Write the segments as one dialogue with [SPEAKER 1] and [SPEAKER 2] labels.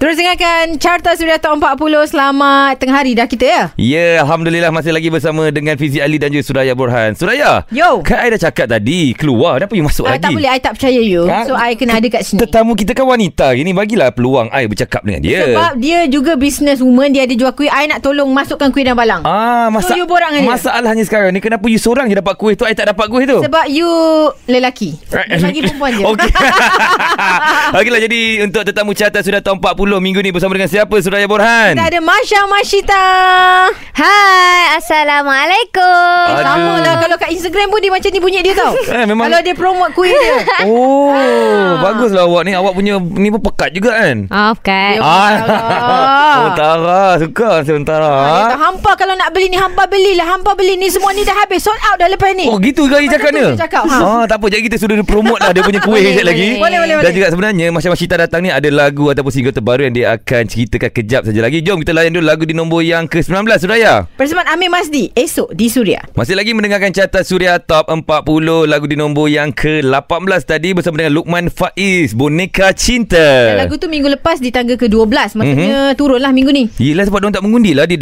[SPEAKER 1] Terus dengarkan Carta Suria Top 40 Selamat tengah hari dah kita ya
[SPEAKER 2] Ya, Alhamdulillah masih lagi bersama dengan Fizi Ali dan juga Suraya Burhan. Suraya,
[SPEAKER 1] Yo.
[SPEAKER 2] kan I dah cakap tadi, keluar. Kenapa you masuk
[SPEAKER 1] uh,
[SPEAKER 2] lagi?
[SPEAKER 1] Tak boleh I tak percaya you
[SPEAKER 2] Ha?
[SPEAKER 1] So I kena ada kat sini
[SPEAKER 2] Tetamu kita kan wanita gini, bagilah peluang I bercakap dengan dia.
[SPEAKER 1] Sebab dia juga business woman Dia ada jual kuih I nak tolong masukkan kuih dan balang
[SPEAKER 2] Ah, masa,
[SPEAKER 1] you borang dengan dia.
[SPEAKER 2] masalahnya sekarang ni kenapa you seorang je dapat kuih tu, I tak dapat kuih tu?
[SPEAKER 1] Sebab you lelaki Dia bagi perempuan je
[SPEAKER 2] Okey. Okeylah jadi untuk tetamu carta sudah tahun 40 minggu ni bersama dengan siapa Suraya Borhan?
[SPEAKER 1] Kita ada Masya Mashita
[SPEAKER 3] Hai, Assalamualaikum.
[SPEAKER 2] Aduh.
[SPEAKER 1] Lama lah Kalau kat Instagram pun dia macam ni bunyi dia tau
[SPEAKER 2] Eh, memang-
[SPEAKER 1] Kalau dia promote kuih dia Ah.
[SPEAKER 2] Oh, baguslah awak ni. Awak punya ni pun pekat juga kan?
[SPEAKER 3] Oh, bukan.
[SPEAKER 1] Ya.
[SPEAKER 2] Ah,
[SPEAKER 1] Oh,
[SPEAKER 2] Utara Suka rasa utara
[SPEAKER 1] Ha? Hampa kalau nak beli ni Hampa belilah Hampa beli ni Semua ni dah habis Sold out dah lepas ni
[SPEAKER 2] Oh gitu ke dia
[SPEAKER 1] Macam
[SPEAKER 2] cakap
[SPEAKER 1] tu
[SPEAKER 2] ni?
[SPEAKER 1] dia cakap, ha.
[SPEAKER 2] Ah, tak apa jadi kita sudah promote lah dia punya kuih
[SPEAKER 3] Boleh,
[SPEAKER 2] sekejap lagi.
[SPEAKER 3] boleh. Boleh,
[SPEAKER 1] boleh,
[SPEAKER 2] Dan
[SPEAKER 1] boleh.
[SPEAKER 2] juga sebenarnya macam Syita datang ni ada lagu ataupun single terbaru yang dia akan ceritakan kejap saja lagi. Jom kita layan dulu lagu di nombor yang ke-19 Suraya.
[SPEAKER 1] Persembahan Amir Masdi Esok di Suria
[SPEAKER 2] Masih lagi mendengarkan carta Suria Top 40 lagu di nombor yang ke-18 tadi bersama dengan Lukman Faiz Boneka Cinta.
[SPEAKER 1] Lagu tu minggu lepas di tangga ke-12
[SPEAKER 2] Mhm.
[SPEAKER 1] Maksudnya mm-hmm. turunlah minggu ni
[SPEAKER 2] Yelah sebab diorang tak mengundi lah di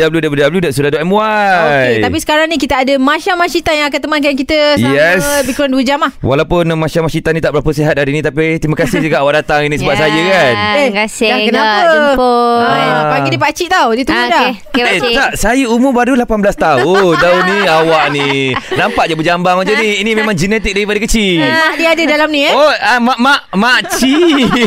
[SPEAKER 2] www.suria.my
[SPEAKER 1] Okey, tapi sekarang ni kita ada Masya Mashita yang akan temankan kita selama
[SPEAKER 2] Yes.
[SPEAKER 1] lebih kurang 2 jam lah.
[SPEAKER 2] Walaupun eh, Masya Masyita ni tak berapa sihat hari ni Tapi terima kasih juga awak datang ini sebab
[SPEAKER 3] Ya,
[SPEAKER 2] saya kan
[SPEAKER 3] Terima kasih
[SPEAKER 1] Eh, dah
[SPEAKER 3] Kak jemput.
[SPEAKER 1] Ah, panggil dia pakcik tau. Dia tunggu
[SPEAKER 3] Ah,
[SPEAKER 1] ah, dah.
[SPEAKER 3] okey. Okey,
[SPEAKER 2] Eh
[SPEAKER 3] Pakcik.
[SPEAKER 2] tak Saya umur baru 18 tahun Tahun ni awak ni Nampak je berjambang macam ni Ini memang genetik daripada kecil
[SPEAKER 1] Mak dia ada dalam ni eh.
[SPEAKER 2] Oh, ah, mak mak makcik.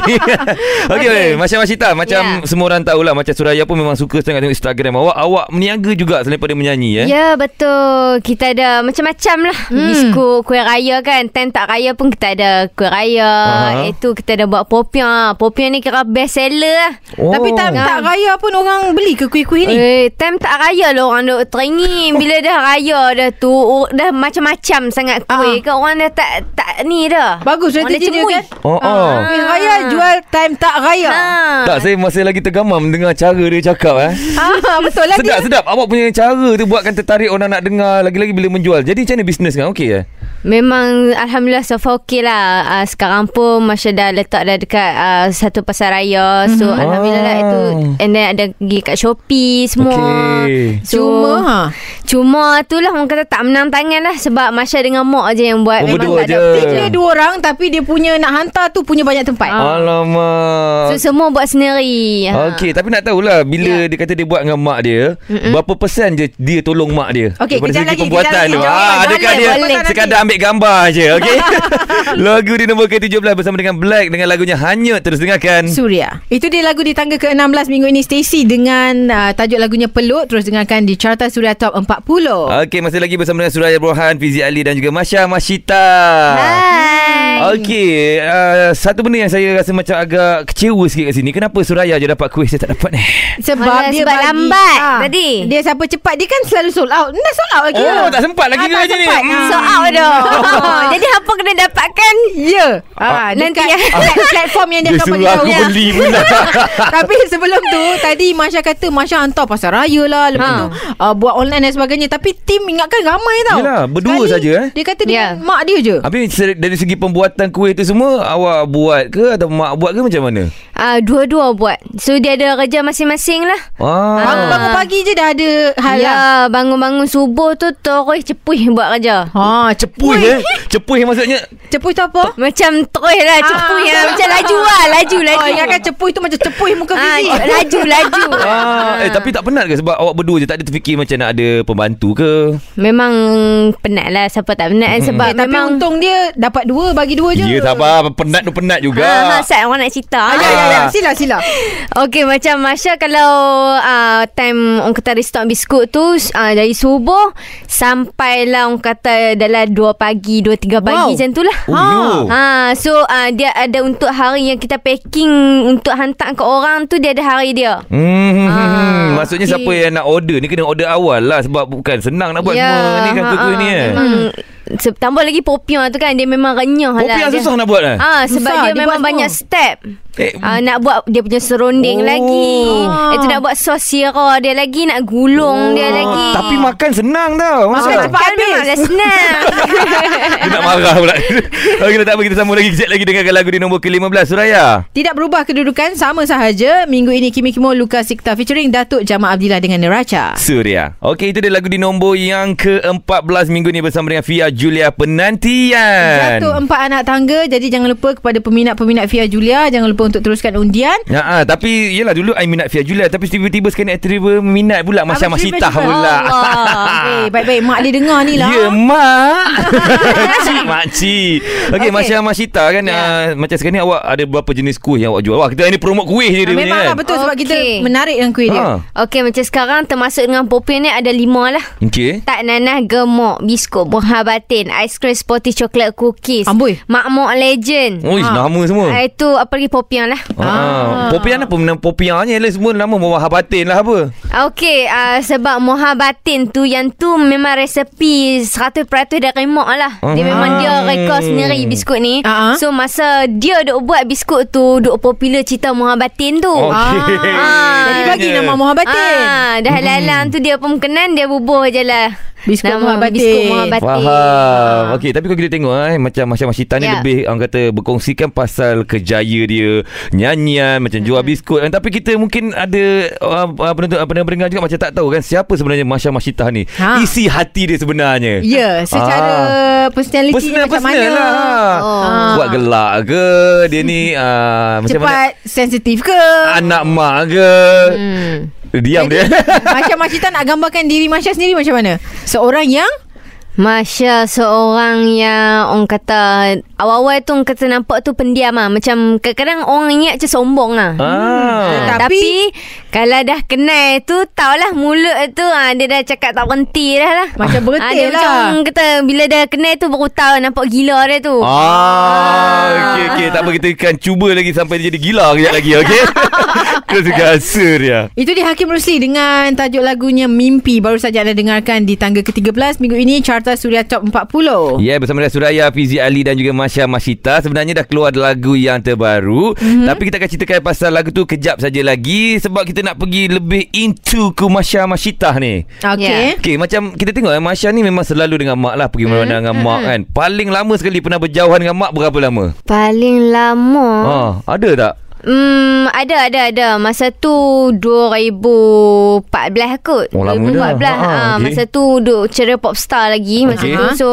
[SPEAKER 2] Okey, okay. macam Masita, macam yeah.
[SPEAKER 3] Ya.
[SPEAKER 2] semua orang tahulah macam Suraya pun memang suka sangat tengok Instagram awak. Awak meniaga juga selain daripada menyanyi eh.
[SPEAKER 3] Ya betul Kita ada macam-macam lah hmm. Biskut Kuih raya kan Time tak raya pun kita ada Kuih raya
[SPEAKER 2] Aha.
[SPEAKER 3] uh-huh. Itu kita ada buat popiah Popiah ni kira best seller lah
[SPEAKER 2] Oh.
[SPEAKER 1] Tapi tak tak raya pun orang beli ke kuih-kuih ni?
[SPEAKER 3] Eh, time tak raya lah orang duk teringin. Bila dah raya dah tu, oh, dah macam-macam sangat
[SPEAKER 1] Ah.
[SPEAKER 3] kuih ke. Orang dah tak tak ni dah.
[SPEAKER 1] Bagus
[SPEAKER 3] Orang
[SPEAKER 1] strategi dia
[SPEAKER 3] dah cemui.
[SPEAKER 1] kan.
[SPEAKER 2] Oh, oh.
[SPEAKER 1] Ah, kuih raya jual time tak raya.
[SPEAKER 3] Ha.
[SPEAKER 2] Tak, saya masih lagi tergamam mendengar cara dia cakap eh.
[SPEAKER 1] Ah, betul lah
[SPEAKER 2] sedap,
[SPEAKER 1] dia.
[SPEAKER 2] sedap. Awak punya cara tu buatkan tertarik orang nak dengar lagi-lagi bila menjual. Jadi macam mana bisnes kan? Okey eh?
[SPEAKER 3] Memang Alhamdulillah so far okey lah uh, Sekarang pun Masya dah letak dah dekat uh, Satu pasar raya So
[SPEAKER 2] Mhm.
[SPEAKER 3] Alhamdulillah lah
[SPEAKER 2] Ah.
[SPEAKER 3] itu And then ada pergi kat Shopee semua
[SPEAKER 2] Okey.
[SPEAKER 3] so,
[SPEAKER 1] Cuma ha.
[SPEAKER 3] Cuma tu lah orang kata tak menang tangan lah Sebab Masya dengan Mok je yang buat
[SPEAKER 2] Oh, berdua
[SPEAKER 3] tak ada
[SPEAKER 2] je.
[SPEAKER 1] Dia dua orang tapi dia punya nak hantar tu punya banyak tempat.
[SPEAKER 3] Ah. So
[SPEAKER 2] Alamak.
[SPEAKER 3] semua buat sendiri
[SPEAKER 1] Ya.
[SPEAKER 3] Ha.
[SPEAKER 2] Okey, tapi nak tahulah bila yeah. dia kata dia buat dengan mak dia, Mm-mm. berapa persen je dia tolong mak dia?
[SPEAKER 1] Okey,
[SPEAKER 2] Daripada
[SPEAKER 1] kejap
[SPEAKER 2] segi
[SPEAKER 1] lagi,
[SPEAKER 2] pembuatan
[SPEAKER 1] kejap
[SPEAKER 2] tu.
[SPEAKER 1] lagi.
[SPEAKER 2] Ah,
[SPEAKER 1] Boleh,
[SPEAKER 2] adakah
[SPEAKER 1] boleh,
[SPEAKER 2] dia
[SPEAKER 1] boleh.
[SPEAKER 2] sekadar ambil gambar je, okey? Lagu di nombor ke-17 bersama dengan Black dengan lagunya Hanyut terus dengarkan.
[SPEAKER 1] Suria. Eh. Itu dia lagu di tangga ke-16 minggu ini Stacy dengan uh, tajuk lagunya Peluk terus dengarkan di Carta Suria Top 40.
[SPEAKER 2] Okey, masih lagi bersama dengan Suraya Burhan, Fizi Ali dan juga Masya Masyita. Hmm.
[SPEAKER 3] Hai
[SPEAKER 2] Okey, uh, satu benda yang saya rasa macam agak kecewa sikit kat sini. Kenapa Suraya je dapat kuih, saya tak dapat eh. ni?
[SPEAKER 1] Sebab
[SPEAKER 3] Malah
[SPEAKER 1] dia
[SPEAKER 3] sebab
[SPEAKER 1] bagi, Ah.
[SPEAKER 3] lambat tadi.
[SPEAKER 1] Dia siapa cepat Dia kan selalu sold out Dah sold out lagi
[SPEAKER 2] Oh, tak sempat lagi
[SPEAKER 1] Ah,
[SPEAKER 2] ke
[SPEAKER 1] tak
[SPEAKER 2] macam ni?
[SPEAKER 1] sempat. Ah,
[SPEAKER 2] Hmm.
[SPEAKER 3] So out dah Jadi apa kena dapatkan
[SPEAKER 1] Ya ah, Dekat
[SPEAKER 3] nanti- ya.
[SPEAKER 1] plat- platform yang dia, akan bagi tahu ya?
[SPEAKER 2] pula.
[SPEAKER 1] Tapi sebelum tu Tadi Masya kata Masya hantar pasar raya lah Lepas
[SPEAKER 3] Ha.
[SPEAKER 1] tu uh, Buat online dan sebagainya Tapi tim ingatkan ramai tau
[SPEAKER 2] Yelah, berdua
[SPEAKER 1] Sekali
[SPEAKER 2] saja, eh.
[SPEAKER 1] Dia kata dia
[SPEAKER 3] Ya.
[SPEAKER 1] dengan mak dia je
[SPEAKER 2] Habis se- dari segi pembuatan kuih tu semua Awak buat ke Atau mak buat ke macam mana
[SPEAKER 3] Ah, Dua-dua buat So dia ada kerja masing-masing lah
[SPEAKER 2] Ah.
[SPEAKER 1] Bangun-bangun pagi je dah ada hal
[SPEAKER 3] Ya,
[SPEAKER 1] lah
[SPEAKER 3] bangun-bangun subuh tu terus cepuih buat kerja.
[SPEAKER 1] Ha,
[SPEAKER 2] Cepuih eh Cepuih maksudnya
[SPEAKER 1] Cepuih tu apa?
[SPEAKER 3] Macam terus lah cepuih
[SPEAKER 1] Ah.
[SPEAKER 3] lah. Macam laju lah, laju, laju.
[SPEAKER 1] Oh, ingatkan cepuih tu macam cepuih muka
[SPEAKER 3] Ah,
[SPEAKER 1] fizik
[SPEAKER 3] laju, laju.
[SPEAKER 2] Ah, eh tapi tak penat ke sebab awak berdua je tak ada terfikir macam nak ada pembantu ke?
[SPEAKER 3] Memang penat lah siapa tak penat kan sebab
[SPEAKER 1] Eh, tapi
[SPEAKER 3] memang
[SPEAKER 1] untung dia dapat dua bagi dua
[SPEAKER 2] Ya,
[SPEAKER 1] je.
[SPEAKER 2] sabar penat tu penat juga.
[SPEAKER 3] Ya. Ha, ha, Sat, orang nak cerita.
[SPEAKER 1] Ah, ya, ya, ya. Sila, sila.
[SPEAKER 3] Okey macam Masya kalau uh, time orang kata restock biskut tu uh, dari subuh sampailah orang kata dalam 2 pagi 2 3
[SPEAKER 1] Wow.
[SPEAKER 3] pagi macam tu lah.
[SPEAKER 2] Oh, yo.
[SPEAKER 3] Ha so uh, dia ada untuk hari yang kita packing untuk hantar ke orang tu dia ada hari dia.
[SPEAKER 2] Hmm,
[SPEAKER 3] Ah,
[SPEAKER 2] maksudnya
[SPEAKER 3] okey.
[SPEAKER 2] siapa yang nak order ni kena order awal lah sebab bukan senang nak buat semua ni kan
[SPEAKER 3] ha,
[SPEAKER 2] kuih-kuih
[SPEAKER 3] ha,
[SPEAKER 2] ni eh.
[SPEAKER 3] Memang, se- tambah lagi popiah tu kan dia memang renyah
[SPEAKER 2] Kopi
[SPEAKER 3] lah.
[SPEAKER 2] yang
[SPEAKER 3] dia.
[SPEAKER 2] susah nak buat eh.
[SPEAKER 3] Ah ha,
[SPEAKER 1] Susah,
[SPEAKER 3] sebab
[SPEAKER 1] dia
[SPEAKER 3] dia,
[SPEAKER 1] buat
[SPEAKER 3] memang
[SPEAKER 1] semua.
[SPEAKER 3] banyak step.
[SPEAKER 2] Eh,
[SPEAKER 3] uh, nak buat dia punya
[SPEAKER 2] Oh.
[SPEAKER 3] serunding oh. lagi. Itu nak buat sos sirah dia lagi, nak gulung oh. dia lagi. kan
[SPEAKER 2] Tapi makan senang tau.
[SPEAKER 3] makan
[SPEAKER 2] Masak.
[SPEAKER 1] cepat
[SPEAKER 3] makan
[SPEAKER 1] habis.
[SPEAKER 3] memanglah senang.
[SPEAKER 2] Dia nak marah pula. Okey, tak apa kita sambung lagi kejap lagi dengarkan lagu di nombor ke-15 Suraya.
[SPEAKER 1] Tidak berubah kedudukan sama sahaja. Minggu ini Kimi Kimo Luka Sikta featuring Datuk Jamal Abdillah dengan Neraca.
[SPEAKER 2] Surya. Okey, itu dia lagu di nombor yang ke-14 minggu ni bersama dengan Fia Julia Penantian.
[SPEAKER 1] Datuk empat anak tangga Jadi jangan lupa kepada peminat-peminat Fia Julia Jangan lupa untuk teruskan undian
[SPEAKER 2] Ya, ah, tapi yelah dulu I minat Fia Julia tapi tiba-tiba sekarang I tiba minat pula macam
[SPEAKER 1] Abang
[SPEAKER 2] masih
[SPEAKER 1] tiba-tiba
[SPEAKER 2] tah
[SPEAKER 1] cakap,
[SPEAKER 2] pula.
[SPEAKER 1] Allah Eh baik-baik Mak dia dengar ni lah
[SPEAKER 2] Ya mak Cik makcik Okey okay.
[SPEAKER 1] Okey.
[SPEAKER 2] Masya Masita kan
[SPEAKER 1] Ya.
[SPEAKER 2] yeah. uh, Macam sekarang ni awak Ada berapa jenis kuih yang awak jual Wah kita ni promote kuih je dia
[SPEAKER 1] Ah,
[SPEAKER 2] punya
[SPEAKER 1] Memang lah
[SPEAKER 2] kan Ha. Ah,
[SPEAKER 1] betul Sebab kita
[SPEAKER 3] Okey.
[SPEAKER 1] menarik dengan kuih dia
[SPEAKER 3] Okey macam sekarang termasuk dengan popiah ni ada lima lah.
[SPEAKER 2] Okey
[SPEAKER 3] Tak nanah gemuk Biskut berhabatin Ais krim sporty coklat cookies
[SPEAKER 1] Amboi.
[SPEAKER 3] Makmuk legend
[SPEAKER 2] Ui ha. nama semua
[SPEAKER 1] Eh.
[SPEAKER 3] Ah, Itu apa lagi popiah lah
[SPEAKER 2] Ah. Popian apa Nama Popiannya lah semua Nama Mawah Batin lah apa
[SPEAKER 3] Okey, uh, sebab mohabatin tu yang tu memang resepi 100% dari mak lah. Dia
[SPEAKER 2] Ah.
[SPEAKER 3] memang dia rekod sendiri biskut ni.
[SPEAKER 1] Ah.
[SPEAKER 3] So masa dia duk buat biskut tu duk popular cerita mohabatin tu.
[SPEAKER 2] Okey
[SPEAKER 3] Ah.
[SPEAKER 1] Jadi bagi
[SPEAKER 2] Jadinya.
[SPEAKER 1] nama Muhabatin
[SPEAKER 3] Ah, dah lalang tu dia pun berkenan dia bubuh je lah.
[SPEAKER 1] Biskut mohabatin.
[SPEAKER 3] Biskut Ah. mohabatin.
[SPEAKER 2] Faham
[SPEAKER 1] Ha.
[SPEAKER 2] Okey tapi kalau kita tengok eh Macam Masya Masita ni
[SPEAKER 3] Ya.
[SPEAKER 2] lebih Orang kata berkongsikan pasal kerjaya dia Nyanyian Macam jual biskut Eh, Tapi kita mungkin ada uh, uh, Penonton uh, pendengar juga Macam tak tahu kan Siapa sebenarnya Masya Masita ni
[SPEAKER 1] Ha.
[SPEAKER 2] Isi hati dia sebenarnya
[SPEAKER 1] Ya Secara personality dia macam
[SPEAKER 2] Personal-personal
[SPEAKER 1] mana
[SPEAKER 2] Ah. lah
[SPEAKER 3] Oh.
[SPEAKER 1] Ah.
[SPEAKER 2] Buat gelak ke Dia ni uh, Macam mana
[SPEAKER 1] Cepat Sensitif ke
[SPEAKER 2] Anak mak ke
[SPEAKER 3] Hmm.
[SPEAKER 2] Diam dia
[SPEAKER 1] Macam Masya nak gambarkan diri Masya sendiri macam mana Seorang yang
[SPEAKER 3] Masya seorang yang orang kata awal-awal tu orang kata nampak tu pendiam lah. Macam kadang-kadang orang ingat macam sombong lah.
[SPEAKER 2] Ah.
[SPEAKER 1] Tapi-
[SPEAKER 3] Tapi, tapi kalau dah kenal tu tahulah mulut tu ha, dia dah cakap tak berhenti dah lah.
[SPEAKER 1] Macam berhenti
[SPEAKER 3] dia
[SPEAKER 1] lah.
[SPEAKER 3] Macam kata bila dah kenal tu baru tahu nampak gila dia tu.
[SPEAKER 2] Ah, okey okey tak apa kita akan cuba lagi sampai dia jadi gila kejap lagi okey. Terus gasa dia.
[SPEAKER 1] Itu dia Hakim Rusli dengan tajuk lagunya Mimpi baru saja anda dengarkan di tangga ke-13 minggu ini Carta Suria Top 40. Yeah.
[SPEAKER 2] Ya yeah, bersama dengan Suraya Fizi Ali dan juga Masya Masita Sebenarnya dah keluar lagu yang terbaru mm-hmm. Tapi kita akan ceritakan pasal lagu tu kejap saja lagi Sebab kita nak pergi lebih into ke Masya Masita ni
[SPEAKER 1] Okay. Yeah.
[SPEAKER 2] Okay macam kita tengok eh Masya ni memang selalu dengan mak lah Pergi mana-mana dengan mak kan Paling lama sekali pernah berjauhan dengan mak berapa lama?
[SPEAKER 3] Paling lama.
[SPEAKER 2] Ha, ada tak?
[SPEAKER 3] Hmm, ada ada ada. Masa tu 2014 kot.
[SPEAKER 2] Oh, lama dah. Ha,
[SPEAKER 3] 2014. Ha, ha,
[SPEAKER 2] okey.
[SPEAKER 3] masa tu duk cera popstar lagi masa
[SPEAKER 2] Okey.
[SPEAKER 3] tu. So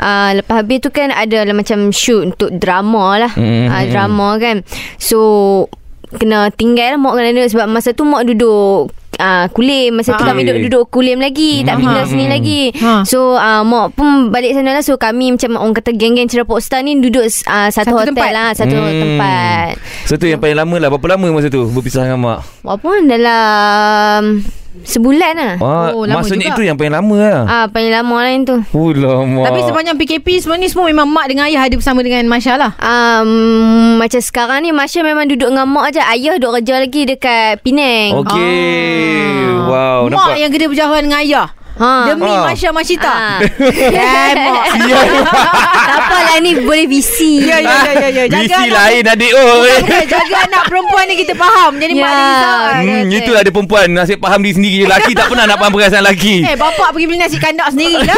[SPEAKER 3] uh, lepas habis tu kan ada lah macam shoot untuk drama lah.
[SPEAKER 2] Hmm.
[SPEAKER 3] Mm. Uh, drama kan. So kena tinggal lah mak kena duduk sebab masa tu mak duduk Uh, kulim Masa tu
[SPEAKER 2] Ah.
[SPEAKER 3] kami
[SPEAKER 2] Okey.
[SPEAKER 3] duduk-duduk kulim lagi Tak
[SPEAKER 2] Hmm.
[SPEAKER 3] pindah sini
[SPEAKER 2] Hmm.
[SPEAKER 3] lagi
[SPEAKER 1] Ha.
[SPEAKER 3] So uh, mak pun balik sana lah So kami macam Orang kata geng-geng Cerah Popstar ni Duduk uh, satu,
[SPEAKER 1] Satu
[SPEAKER 3] satu hotel
[SPEAKER 1] tempat.
[SPEAKER 3] tempat. lah Satu hmm. tempat
[SPEAKER 2] So tu yang paling lama lah Berapa lama masa tu berpisah dengan mak?
[SPEAKER 3] Walaupun dalam sebulan lah.
[SPEAKER 2] Wah, oh,
[SPEAKER 1] Oh, lama
[SPEAKER 2] maksudnya
[SPEAKER 1] juga.
[SPEAKER 2] itu yang paling lama lah.
[SPEAKER 3] Ah, paling lama lah yang tu.
[SPEAKER 2] Oh, lama.
[SPEAKER 1] Tapi sepanjang PKP semua ni semua memang mak dengan ayah ada bersama dengan Masya lah.
[SPEAKER 3] Um, macam sekarang ni Masya memang duduk dengan mak je Ayah duduk kerja lagi dekat Penang Ah.
[SPEAKER 2] Okey. Oh. Wow,
[SPEAKER 1] Ah. mak
[SPEAKER 2] nampak.
[SPEAKER 1] yang kena berjauhan dengan ayah.
[SPEAKER 3] Ha.
[SPEAKER 1] Demi
[SPEAKER 2] Ah.
[SPEAKER 1] Masya Masyita.
[SPEAKER 3] Ah.
[SPEAKER 1] Ya, mak.
[SPEAKER 2] Ya.
[SPEAKER 3] Tak apalah ni boleh visi
[SPEAKER 1] Ya, ya, ya, ya, ya. Jaga
[SPEAKER 2] Bisi
[SPEAKER 1] anak-
[SPEAKER 2] lain adik Oh, eh. oi.
[SPEAKER 1] Bukan, Jaga anak perempuan ni kita faham. Jadi mak
[SPEAKER 3] Ya.
[SPEAKER 1] dia risau.
[SPEAKER 2] Hmm,
[SPEAKER 3] okey.
[SPEAKER 2] itulah ada perempuan nasib faham diri sendiri. Laki tak pernah nak faham perasaan laki.
[SPEAKER 1] Eh, bapak pergi beli nasi kandak sendiri lah.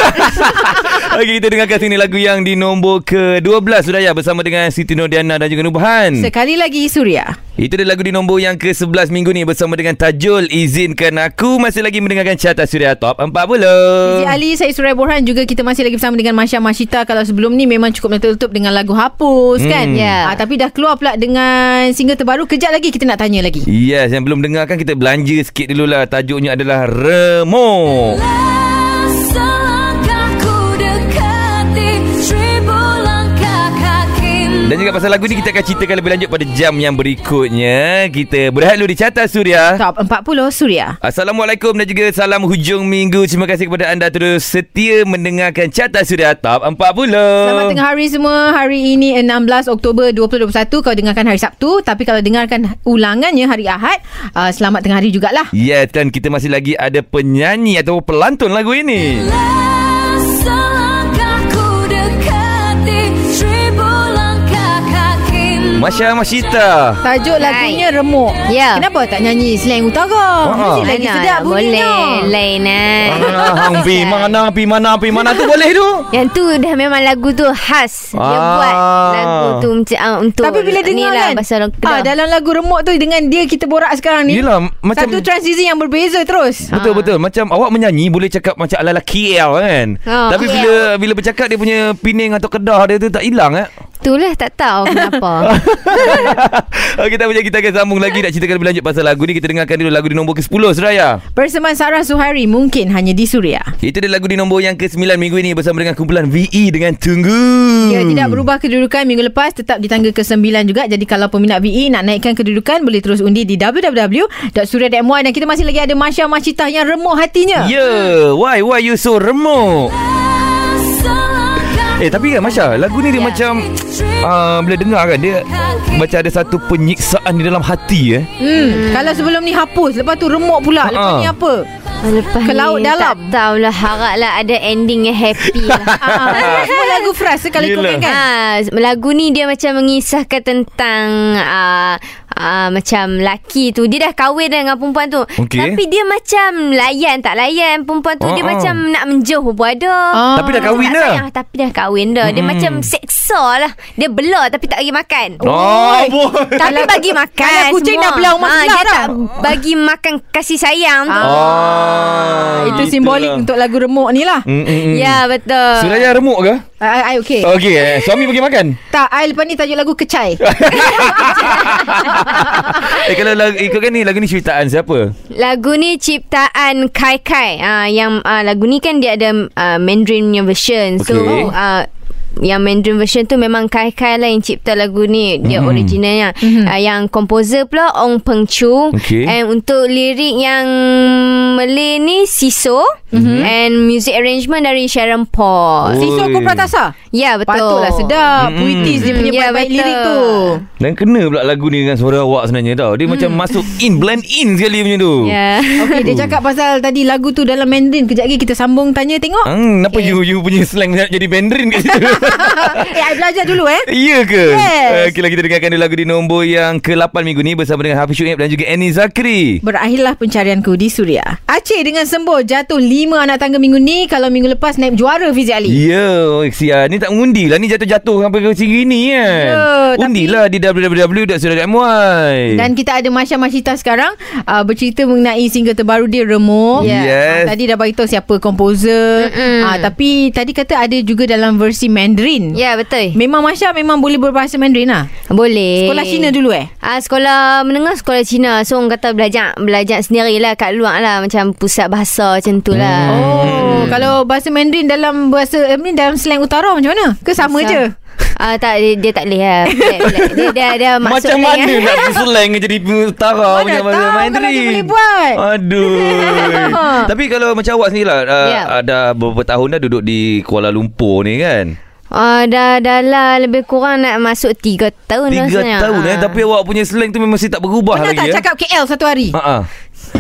[SPEAKER 2] Okey, kita dengarkan sini lagu yang di nombor ke-12 sudah ya bersama dengan Siti Nodiana dan juga Nubahan.
[SPEAKER 1] Sekali lagi Suria.
[SPEAKER 2] Itu dia lagu di nombor yang ke-11 minggu ni bersama dengan Tajul Izinkan Aku masih lagi mendengarkan carta Suria Top 40.
[SPEAKER 1] Fizi Ali, saya Surai Borhan juga kita masih lagi bersama dengan Masya Mashita kalau sebelum ni memang cukup tertutup dengan lagu Hapus hmm. kan. Ah,
[SPEAKER 3] Ya.
[SPEAKER 1] tapi dah keluar pula dengan single terbaru. Kejap lagi kita nak tanya lagi.
[SPEAKER 2] Yes, yang belum dengarkan kita belanja sikit dululah. Tajuknya adalah Remo. Dan juga pasal lagu ni kita akan ceritakan lebih lanjut pada jam yang berikutnya. Kita berehat dulu di Carta Suria.
[SPEAKER 1] Top 40 Suria.
[SPEAKER 2] Assalamualaikum dan juga salam hujung minggu. Terima kasih kepada anda terus setia mendengarkan Carta Suria Top 40. Eh.
[SPEAKER 1] Selamat tengah hari semua. Hari ini 16 Oktober 2021 kalau dengarkan hari Sabtu tapi kalau dengarkan ulangannya hari Ahad, uh, selamat tengah hari jugalah.
[SPEAKER 2] Yes, dan kita masih lagi ada penyanyi atau pelantun lagu ini.
[SPEAKER 4] Selangkahku dekati seribu langkah kaki
[SPEAKER 2] Masya Masyita.
[SPEAKER 1] Tajuk
[SPEAKER 3] Right.
[SPEAKER 1] lagunya Remuk.
[SPEAKER 3] Ya.
[SPEAKER 1] Kenapa tak nyanyi slang utara?
[SPEAKER 2] Ah.
[SPEAKER 1] Mesti lagi
[SPEAKER 3] Mana
[SPEAKER 1] sedap
[SPEAKER 3] lah,
[SPEAKER 1] bunyinya.
[SPEAKER 3] Boleh Lain eh
[SPEAKER 2] Ah, hang pi mana pi mana pi mana tu boleh tu.
[SPEAKER 3] Yang tu dah memang lagu tu khas Dia
[SPEAKER 2] Ah.
[SPEAKER 3] buat lagu tu macam uh, untuk
[SPEAKER 1] Tapi bila dengar
[SPEAKER 3] ni lah,
[SPEAKER 1] kan
[SPEAKER 3] Bahasa orang
[SPEAKER 1] ah,
[SPEAKER 3] Kedah
[SPEAKER 1] Dalam lagu remuk tu Dengan dia kita borak sekarang ni
[SPEAKER 2] Yelah, m- macam-
[SPEAKER 1] Satu transisi yang berbeza terus
[SPEAKER 2] Betul
[SPEAKER 3] Ah.
[SPEAKER 2] betul macam awak menyanyi boleh cakap macam ala-ala KL kan.
[SPEAKER 3] Ah,
[SPEAKER 2] Tapi
[SPEAKER 3] KL.
[SPEAKER 2] bila bila bercakap dia punya Pening atau Kedah dia tu tak hilang eh.
[SPEAKER 3] Itulah tak tahu kenapa
[SPEAKER 2] Okey tak apa kita akan sambung lagi nak ceritakan lebih lanjut pasal lagu ni kita dengarkan dulu lagu di nombor ke-10 Suraya.
[SPEAKER 1] Berseman Sarah Suhairi Mungkin hanya di Suria
[SPEAKER 2] Itu dia lagu di nombor yang ke-9 minggu ini bersama dengan kumpulan VE dengan Tunggu.
[SPEAKER 1] Ya, tidak berubah kedudukan minggu lepas tetap di tangga ke-9 juga. Jadi kalau peminat VE nak naikkan kedudukan boleh terus undi di www.suria.my dan kita masih lagi ada Masya Macita yang remuk hatinya.
[SPEAKER 2] Ya, why why you so remuk? Eh tapi kan Masya, lagu ni dia
[SPEAKER 3] Ya.
[SPEAKER 2] macam uh, bila dengar kan dia macam ada satu penyiksaan di dalam hati eh.
[SPEAKER 1] Hmm. Kalau sebelum ni hapus, lepas tu remuk pula. Lepas
[SPEAKER 2] Ha-ha.
[SPEAKER 1] ni apa?
[SPEAKER 3] Lepas
[SPEAKER 1] Ke laut
[SPEAKER 3] ni
[SPEAKER 1] dalam.
[SPEAKER 3] Tak tahulah Harap lah ada ending yang happy lah
[SPEAKER 1] Ah, semua lagu fras sekali
[SPEAKER 2] Yelah.
[SPEAKER 1] ikutkan kan.
[SPEAKER 3] Ha, lagu ni dia macam mengisahkan tentang uh, uh, macam laki tu dia dah kahwin dengan perempuan tu
[SPEAKER 2] Okey.
[SPEAKER 3] tapi dia macam layan tak layan perempuan tu
[SPEAKER 2] Ah,
[SPEAKER 3] dia
[SPEAKER 2] ah.
[SPEAKER 3] macam nak menjauh pun ada
[SPEAKER 1] Ah.
[SPEAKER 2] Tapi dah kahwin
[SPEAKER 3] tak
[SPEAKER 2] dah.
[SPEAKER 3] sayang, tapi dah kahwin dah dia macam seksa lah dia belah tapi tak bagi makan
[SPEAKER 2] Oh, boy.
[SPEAKER 3] tapi bagi makan
[SPEAKER 1] Alah, kucing
[SPEAKER 3] semua.
[SPEAKER 1] dah belah rumah
[SPEAKER 3] Ah,
[SPEAKER 1] sebelah
[SPEAKER 3] dia
[SPEAKER 1] dah.
[SPEAKER 3] tak bagi makan kasih sayang tu
[SPEAKER 2] Ah,
[SPEAKER 1] Itu simbolik untuk lagu remuk ni lah.
[SPEAKER 2] mm, mm, mm.
[SPEAKER 3] ya betul
[SPEAKER 2] Suraya remuk
[SPEAKER 1] Eh.
[SPEAKER 2] ke?
[SPEAKER 1] I, I okay.
[SPEAKER 2] Okey, eh, suami pergi makan.
[SPEAKER 1] Tak, I lepas ni tajuk lagu Kecai.
[SPEAKER 2] eh kalau lagu, ikutkan ni lagu ni ciptaan siapa?
[SPEAKER 3] Lagu ni ciptaan Kai Kai. Ah yang ah, lagu ni kan dia ada ah, Mandarin punya version. So
[SPEAKER 2] Okey.
[SPEAKER 3] ah, yang Mandarin version tu memang Kai Kai lah yang cipta lagu ni. Dia
[SPEAKER 2] Mhm.
[SPEAKER 3] originalnya.
[SPEAKER 1] Mm-hmm.
[SPEAKER 3] Ah, yang komposer pula Ong Peng Chu.
[SPEAKER 2] Okey.
[SPEAKER 3] And untuk lirik yang Malay ni Siso
[SPEAKER 1] Mm-hmm.
[SPEAKER 3] and music arrangement dari Sharon
[SPEAKER 2] Oh.
[SPEAKER 3] Paul.
[SPEAKER 1] Siso Ku Pratasa.
[SPEAKER 3] Ya betul.
[SPEAKER 1] Patutlah sedap.
[SPEAKER 2] Mm-mm.
[SPEAKER 1] Puitis dia punya
[SPEAKER 3] Mm, ya,
[SPEAKER 1] baik-baik
[SPEAKER 3] betul.
[SPEAKER 1] lirik tu.
[SPEAKER 2] Dan kena pula lagu ni dengan suara awak sebenarnya tau. Dia
[SPEAKER 1] Hmm.
[SPEAKER 2] macam masuk in blend in sekali macam tu.
[SPEAKER 3] Ya.
[SPEAKER 1] Okey, dia cakap pasal tadi lagu tu dalam Mandarin. Kejap lagi kita sambung tanya tengok.
[SPEAKER 2] Hmm, kenapa you you punya slang jadi Mandarin kat situ?
[SPEAKER 1] eh, I belajar dulu eh.
[SPEAKER 2] Iya ke?
[SPEAKER 1] Yes.
[SPEAKER 2] Okey, lah kita dengarkan dulu lagu di nombor yang ke-8 minggu ni bersama dengan Hafiz Shuib dan juga Annie Zakri.
[SPEAKER 1] Berakhirlah pencarianku di Suria. Aceh dengan Sembur jatuh 5 anak tangga minggu ni. Kalau minggu lepas naib juara Fizi Ali.
[SPEAKER 2] Ya, Sia. Ni tak mengundi lah. Ni jatuh-jatuh sampai ke sini ni kan.
[SPEAKER 1] Ya,
[SPEAKER 2] Undi lah di www.surat.my.
[SPEAKER 1] Dan kita ada Masya Masyita sekarang uh, bercerita mengenai single terbaru dia Remuk.
[SPEAKER 2] Yeah. Yes.
[SPEAKER 1] Ah, tadi dah bagi tahu siapa komposer.
[SPEAKER 3] Mm-mm.
[SPEAKER 1] Uh, tapi tadi kata ada juga dalam versi Mandarin.
[SPEAKER 3] Ya betul.
[SPEAKER 1] Memang Masya memang boleh berbahasa Mandarin lah.
[SPEAKER 3] Boleh.
[SPEAKER 1] Sekolah Cina dulu eh.
[SPEAKER 3] Ah, sekolah menengah sekolah Cina So orang kata belajar Belajar sendirilah kat luar lah Macam pusat bahasa macam tu lah
[SPEAKER 2] Hmm.
[SPEAKER 1] Oh, kalau bahasa Mandarin dalam bahasa eh, ni dalam slang utara macam mana? Ke sama
[SPEAKER 3] Sa-
[SPEAKER 1] je?
[SPEAKER 3] Ah, tak, dia, dia tak boleh lah Pelik, pelik. Dia dia ada maksud
[SPEAKER 2] Macam
[SPEAKER 3] lain,
[SPEAKER 2] mana
[SPEAKER 3] eh.
[SPEAKER 2] nak slang jadi utara
[SPEAKER 1] Mana
[SPEAKER 2] punya bahasa
[SPEAKER 1] tahu
[SPEAKER 2] Mandarin.
[SPEAKER 1] kalau dia boleh buat.
[SPEAKER 2] Aduh. Tapi kalau macam awak sendiri lah. Uh,
[SPEAKER 3] Ya.
[SPEAKER 2] Ada beberapa tahun dah duduk di Kuala Lumpur ni kan.
[SPEAKER 3] Ah, dah, dah lah Lebih kurang nak masuk 3 tahun
[SPEAKER 2] Tiga
[SPEAKER 3] rasanya
[SPEAKER 2] tahun eh.
[SPEAKER 3] Ah.
[SPEAKER 2] Tapi awak punya slang tu memang masih tak berubah
[SPEAKER 1] Pernah
[SPEAKER 2] lagi
[SPEAKER 1] tak
[SPEAKER 2] eh.
[SPEAKER 1] cakap KL satu hari?
[SPEAKER 2] Ha-ha.
[SPEAKER 3] Ah,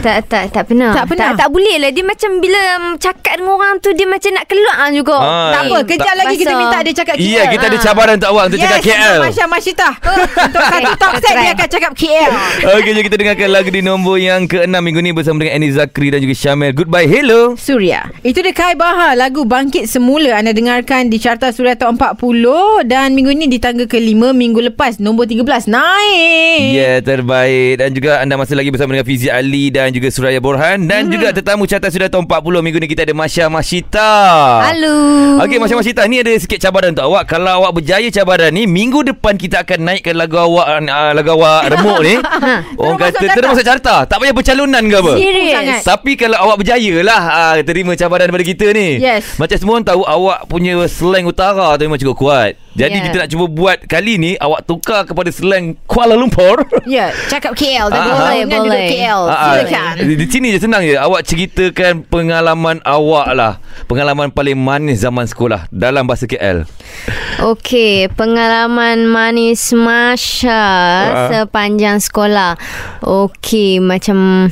[SPEAKER 3] tak, tak, tak pernah
[SPEAKER 1] Tak pernah?
[SPEAKER 3] Tak, tak boleh lah Dia macam bila mm, Cakap dengan orang tu Dia macam nak keluar juga
[SPEAKER 2] Ah.
[SPEAKER 1] Tak Eh. apa, kejap lagi kita
[SPEAKER 3] Bahasa.
[SPEAKER 1] minta dia cakap KL.
[SPEAKER 2] Iya, kita ada
[SPEAKER 3] Ah.
[SPEAKER 2] cabaran untuk awak untuk
[SPEAKER 1] yes,
[SPEAKER 2] cakap KL.
[SPEAKER 1] Masya Masyita. Untuk satu top
[SPEAKER 3] Kita
[SPEAKER 1] set
[SPEAKER 3] try.
[SPEAKER 1] dia akan cakap KL.
[SPEAKER 2] Okey, jom kita dengarkan lagu di nombor yang ke-6 minggu ni bersama dengan Annie Zakri dan juga Syamel. Goodbye, hello.
[SPEAKER 1] Suria. Itu dia Kai Bahar lagu Bangkit Semula anda dengarkan di carta Suria Top 40 dan minggu ini di tangga kelima minggu lepas nombor 13 naik.
[SPEAKER 2] Ya, yeah, terbaik. Dan juga anda masih lagi bersama dengan Fizi Ali dan juga Suraya Borhan. Dan juga tetamu carta sudah tahun 40 minggu ni kita ada Masya Masyita.
[SPEAKER 3] Halo
[SPEAKER 2] Okey, Masya Masyita, ni ada sikit cabaran untuk awak. Kalau awak berjaya cabaran ni, minggu depan kita akan naikkan lagu awak uh, lagu awak remuk ni.
[SPEAKER 1] Terus
[SPEAKER 2] Orang
[SPEAKER 1] masuk
[SPEAKER 2] kata
[SPEAKER 1] carta.
[SPEAKER 2] terus masuk carta. Tak payah bercalonan ke apa?
[SPEAKER 3] Serius
[SPEAKER 1] Sangat.
[SPEAKER 2] Tapi kalau awak berjaya lah ah, Terima cabaran daripada kita ni
[SPEAKER 1] Yes.
[SPEAKER 2] Macam semua orang tahu Awak punya slang utara tu memang cukup kuat Jadi
[SPEAKER 3] Yeah.
[SPEAKER 2] kita nak cuba buat Kali ni awak tukar kepada slang Kuala Lumpur
[SPEAKER 1] Ya, cakap KL
[SPEAKER 2] Ah,
[SPEAKER 1] tapi
[SPEAKER 2] ah.
[SPEAKER 1] orang dengan duduk
[SPEAKER 3] Boleh,
[SPEAKER 1] KL.
[SPEAKER 2] Ah, ah,
[SPEAKER 1] Oh, Silakan.
[SPEAKER 2] Di di sini je senang je Awak ceritakan pengalaman awak lah Pengalaman paling manis zaman sekolah Dalam bahasa KL
[SPEAKER 3] Okey, pengalaman manis Masha
[SPEAKER 2] Ah.
[SPEAKER 3] sepanjang sekolah. Okey, macam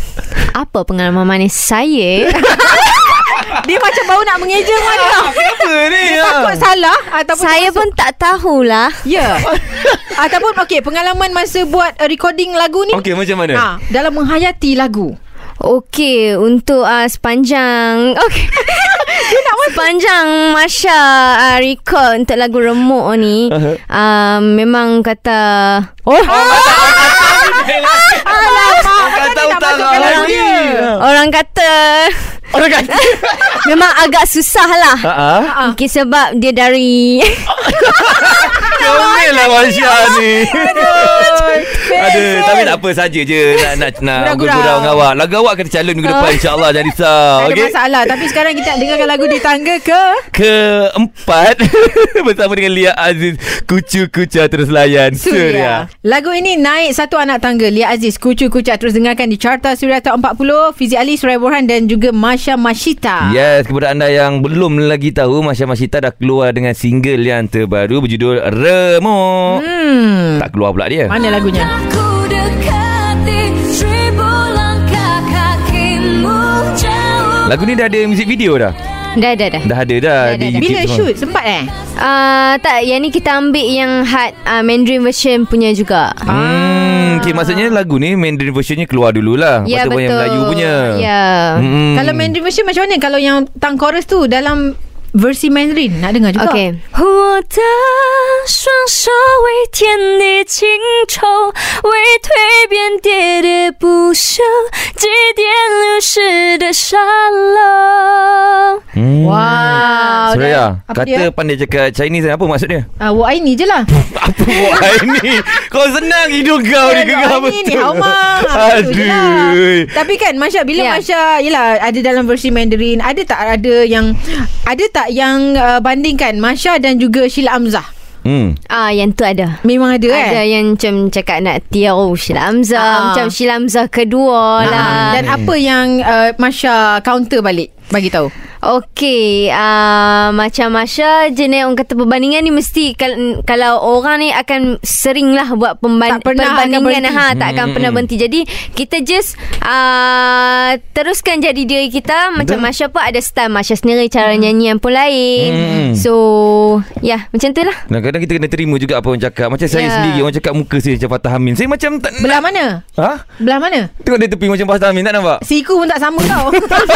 [SPEAKER 3] apa pengalaman manis saya?
[SPEAKER 1] Dia macam baru nak mengeja
[SPEAKER 2] Ah.
[SPEAKER 1] Masya
[SPEAKER 2] Kenapa ni? Ah.
[SPEAKER 1] Dia takut salah Ataupun
[SPEAKER 3] Saya pun tak tahulah.
[SPEAKER 1] Ya Ataupun okay, Pengalaman masa buat uh, recording lagu ni
[SPEAKER 2] Okey, macam mana?
[SPEAKER 1] ha, Dalam menghayati lagu
[SPEAKER 3] Okey, untuk uh, sepanjang okey. sepanjang Masya uh, record untuk lagu remuk ni,
[SPEAKER 2] Uh-huh.
[SPEAKER 3] uh, memang kata
[SPEAKER 1] Oh, oh
[SPEAKER 2] Ah, Orang kata utara
[SPEAKER 1] dalam
[SPEAKER 2] lagi. Ah.
[SPEAKER 1] dia.
[SPEAKER 3] orang kata
[SPEAKER 2] Orang kata.
[SPEAKER 3] memang agak susah lah.
[SPEAKER 2] Ha-ha.
[SPEAKER 1] Ah.
[SPEAKER 3] Okey sebab dia dari
[SPEAKER 2] Comel lah Masya ni. Ada tapi tak apa saja je nak nak nak
[SPEAKER 1] Gurau-gurau.
[SPEAKER 2] gurau dengan awak. Lagu awak kena calon minggu depan insya-Allah Janisa.
[SPEAKER 1] Tak ada
[SPEAKER 2] Okey.
[SPEAKER 1] masalah Tapi sekarang kita nak dengarkan lagu di tangga ke
[SPEAKER 2] Keempat bersama dengan Lia Aziz Kucu Kuca terus layan
[SPEAKER 1] Suria.
[SPEAKER 2] Suria.
[SPEAKER 1] Lagu ini naik satu anak tangga. Lia Aziz, Kucu Kucak terus dengarkan di Carta Suria Top 40. Fizi Ali, Surai Borhan dan juga Masha Mashita.
[SPEAKER 2] Yes, kepada anda yang belum lagi tahu Masya Masita dah keluar dengan single yang terbaru berjudul Remuk. Hmm. Tak keluar pula dia.
[SPEAKER 1] Mana lagunya?
[SPEAKER 4] Aku dekati seribu langkah kakimu jauh
[SPEAKER 2] Lagu ni dah ada music video dah.
[SPEAKER 3] dah dah dah.
[SPEAKER 2] Dah ada dah
[SPEAKER 3] Dah
[SPEAKER 2] di
[SPEAKER 3] ada dah.
[SPEAKER 2] YouTube.
[SPEAKER 1] Bila
[SPEAKER 2] semua.
[SPEAKER 1] shoot? Sempat eh?
[SPEAKER 3] Uh, tak, yang ni kita ambil yang hard uh, Mandarin version punya juga.
[SPEAKER 1] Ah.
[SPEAKER 2] Hmm, okay, maksudnya lagu ni Mandarin versionnya keluar dululah. Lepas tu yang Melayu punya.
[SPEAKER 3] Ya. Yeah.
[SPEAKER 2] Hmm.
[SPEAKER 1] Ya, Kalau Mandarin version macam mana? Kalau yang tang chorus tu dalam versi Mandarin. Nak dengar juga.
[SPEAKER 3] OK，
[SPEAKER 4] 我的双手为天地情仇，为蜕变喋喋不休，祭奠流逝的沙漏。
[SPEAKER 2] Hmm.
[SPEAKER 1] Wow.
[SPEAKER 2] Suraya,
[SPEAKER 1] Apa
[SPEAKER 2] kata
[SPEAKER 1] dia?
[SPEAKER 2] pandai cakap Chinese apa maksud dia?
[SPEAKER 1] Uh, Wak Aini je lah.
[SPEAKER 2] Apa buat hari ni? Kau senang hidup kau ni
[SPEAKER 1] Wak
[SPEAKER 2] gegar
[SPEAKER 1] Aini Ya, Kan, ni
[SPEAKER 2] betul.
[SPEAKER 1] Ah, Haumang
[SPEAKER 2] Aduh.
[SPEAKER 1] Tapi kan Masya Bila yeah.
[SPEAKER 3] Ya.
[SPEAKER 1] Masya Yelah ada dalam versi Mandarin Ada tak ada yang Ada tak yang uh, Bandingkan Masya dan juga Sheila Amzah
[SPEAKER 2] Hmm.
[SPEAKER 3] ah yang tu ada.
[SPEAKER 1] Memang ada, eh
[SPEAKER 3] Ada yang macam cakap nak tiau Sheila Hamzah.
[SPEAKER 1] Ah.
[SPEAKER 3] Macam Sheila Hamzah kedua lah.
[SPEAKER 1] Dan
[SPEAKER 2] Hmm.
[SPEAKER 1] apa yang uh, Masya counter balik Bagi tahu
[SPEAKER 3] Okey, uh, macam Masya jenis orang kata perbandingan ni mesti kal- kalau orang ni akan seringlah buat pemban-
[SPEAKER 1] Tak pernah akan berhenti.
[SPEAKER 3] perbandingan ha tak akan pernah
[SPEAKER 2] Hmm,
[SPEAKER 3] berhenti. Jadi kita just uh, teruskan jadi diri kita. Macam Masya pun ada style Masya sendiri
[SPEAKER 1] Hmm.
[SPEAKER 3] cara nyanyian pun lain.
[SPEAKER 2] Hmm.
[SPEAKER 3] So, ya, yeah, macam tu lah.
[SPEAKER 2] Kadang-kadang kita kena terima juga apa orang cakap. Macam saya
[SPEAKER 3] Ya.
[SPEAKER 2] sendiri orang cakap muka saya macam Fatah Amin. Saya macam tak
[SPEAKER 1] Belah mana?
[SPEAKER 2] Ha?
[SPEAKER 1] Belah mana?
[SPEAKER 2] Tengok dia tepi macam Fatah Amin tak nampak?
[SPEAKER 1] Siku pun tak sama tau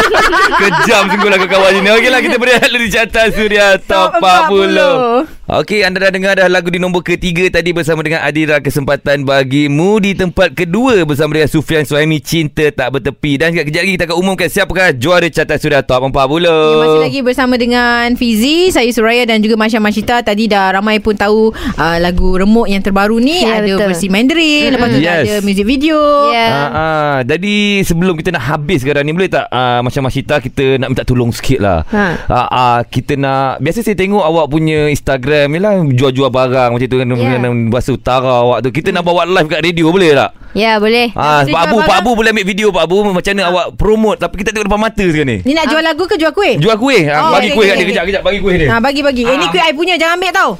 [SPEAKER 2] Kejam sungguh lah kawan ni Okeylah kita beri dulu di carta Suria Top
[SPEAKER 1] Top
[SPEAKER 2] 40 Okey anda dah dengar dah lagu di nombor ketiga tadi Bersama dengan Adira Kesempatan bagimu Di tempat kedua bersama dengan Sufian Suhaimi Cinta tak bertepi Dan kejap lagi kita akan umumkan Siapakah juara carta Suria Top 40
[SPEAKER 1] Ya,
[SPEAKER 2] Uh.
[SPEAKER 1] masih lagi bersama dengan Fizi, saya Suraya dan juga Masya Mashita. Tadi dah ramai pun tahu uh, lagu Remuk yang terbaru ni.
[SPEAKER 3] Ya,
[SPEAKER 1] ada
[SPEAKER 3] betul.
[SPEAKER 1] versi Mandarin, lepas tu dah
[SPEAKER 2] Yes.
[SPEAKER 1] ada music video.
[SPEAKER 3] Ya.
[SPEAKER 2] Ah, ah. Jadi sebelum kita nak habis sekarang ni Boleh tak ah, Macam Masita Kita nak minta tolong sikit lah
[SPEAKER 3] Ha.
[SPEAKER 2] ah, ah, Kita nak Biasa saya tengok awak punya Instagram ni lah Jual-jual barang Macam tu kan
[SPEAKER 3] Ya.
[SPEAKER 2] yeah. Bahasa utara awak tu Kita nak bawa live kat radio Boleh tak?
[SPEAKER 3] Ya, boleh.
[SPEAKER 2] Ah,
[SPEAKER 1] Kita
[SPEAKER 2] Pak
[SPEAKER 1] jual
[SPEAKER 2] Abu Pak
[SPEAKER 1] barang.
[SPEAKER 2] Abu boleh ambil video Pak Abu Macam mana awak promote Tapi kita tengok depan mata sekarang ni
[SPEAKER 1] Ni nak jual lagu ke jual kuih?
[SPEAKER 2] Ah. Jual kuih ah,
[SPEAKER 1] Oh,
[SPEAKER 2] Bagi
[SPEAKER 1] okey,
[SPEAKER 2] kuih
[SPEAKER 1] okey,
[SPEAKER 2] kat dia
[SPEAKER 1] okey.
[SPEAKER 2] Kejap-kejap Bagi kuih dia
[SPEAKER 1] Ha bagi-bagi. Eh ni
[SPEAKER 2] Ah.
[SPEAKER 1] kuih I punya jangan ambil tau.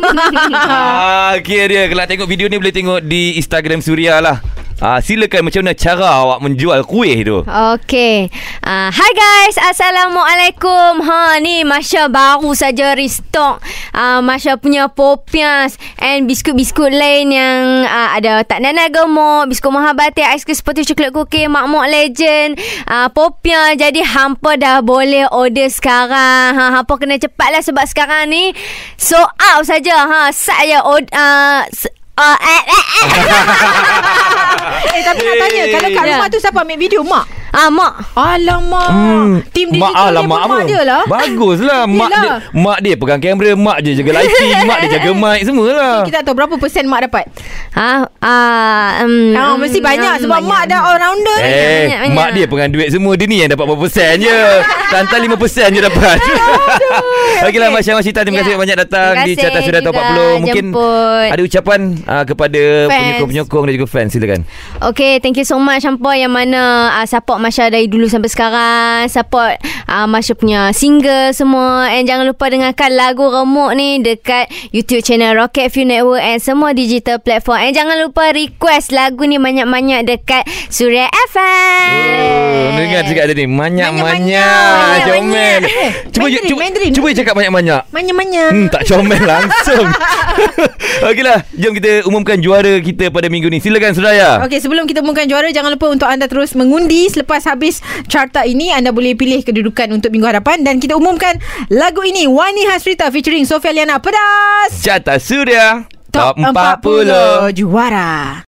[SPEAKER 2] Ah, okay dia Kalau tengok video ni Boleh tengok di Instagram Suria lah ah, Silakan macam mana Cara awak menjual kuih tu
[SPEAKER 3] Okey. Uh, hi guys. Assalamualaikum. Ha ni Masya baru saja restock uh, Masya punya popias and biskut-biskut lain yang uh, ada tak nana gemuk, biskut mahabati, aiskrim sepatu coklat kuki, makmuk legend, uh, popias. Jadi hampa dah boleh order sekarang. Ha hampa kena cepatlah sebab sekarang ni so out saja. Ha saya order uh, s- uh, eh, eh, eh.
[SPEAKER 1] eh tapi nak tanya kalau kat
[SPEAKER 2] Eh.
[SPEAKER 1] rumah tu siapa ambil video mak?
[SPEAKER 3] Ah mak.
[SPEAKER 1] Alamak. Tim digital
[SPEAKER 2] mak
[SPEAKER 1] Ah,
[SPEAKER 2] ah lah,
[SPEAKER 1] dia
[SPEAKER 2] mak
[SPEAKER 1] pun
[SPEAKER 2] apa?
[SPEAKER 1] mak dia lah.
[SPEAKER 2] Baguslah mak
[SPEAKER 1] Yelah.
[SPEAKER 2] dia, mak dia pegang kamera, mak dia jaga lighting, mak dia jaga mic semualah.
[SPEAKER 1] Kita tak tahu berapa persen mak dapat.
[SPEAKER 3] Ah, ah, um,
[SPEAKER 1] Ha mesti banyak sebab mak dah all rounder.
[SPEAKER 2] Hmm, Eh,
[SPEAKER 3] banyak, banyak.
[SPEAKER 2] mak dia pegang duit semua Dia ni yang dapat berapa persen je Tantan 5 persen je dapat lah, Okeylah Masya Masyita Terima
[SPEAKER 3] Ya.
[SPEAKER 2] kasih banyak datang
[SPEAKER 3] Terima
[SPEAKER 2] Di
[SPEAKER 3] kasih
[SPEAKER 2] Carta Sudah Tahun
[SPEAKER 3] juga
[SPEAKER 2] 40 Mungkin
[SPEAKER 3] jemput.
[SPEAKER 2] ada ucapan uh, Kepada
[SPEAKER 3] Fans.
[SPEAKER 2] penyokong-penyokong Dan juga fans Silakan
[SPEAKER 3] Okay, thank you so much Hampa yang mana uh, support Masya dari dulu sampai sekarang Support uh, Masya punya single semua And jangan lupa dengarkan lagu remuk ni Dekat YouTube channel Rocket View Network And semua digital platform And jangan lupa request lagu ni banyak-banyak Dekat Suria
[SPEAKER 2] Oh,
[SPEAKER 3] FM
[SPEAKER 2] dengar cakap tadi Manyak-manyak
[SPEAKER 3] Manyak-manyak.
[SPEAKER 2] Comel
[SPEAKER 1] Eh,
[SPEAKER 2] Cuba je
[SPEAKER 1] Mandarin,
[SPEAKER 2] cuba,
[SPEAKER 1] Mandarin.
[SPEAKER 2] cuba je cakap banyak-banyak
[SPEAKER 1] Manya-manya.
[SPEAKER 2] Hmm, tak comel langsung Okeylah Jom kita umumkan juara kita pada minggu ni Silakan Suraya
[SPEAKER 1] Okey, sebelum kita umumkan juara, jangan lupa untuk anda terus mengundi. Selepas habis carta ini, anda boleh pilih kedudukan untuk minggu hadapan. Dan kita umumkan lagu ini, Wani Hasrita featuring Sofia Liana Pedas.
[SPEAKER 2] Carta Suria Top 40
[SPEAKER 1] Juara.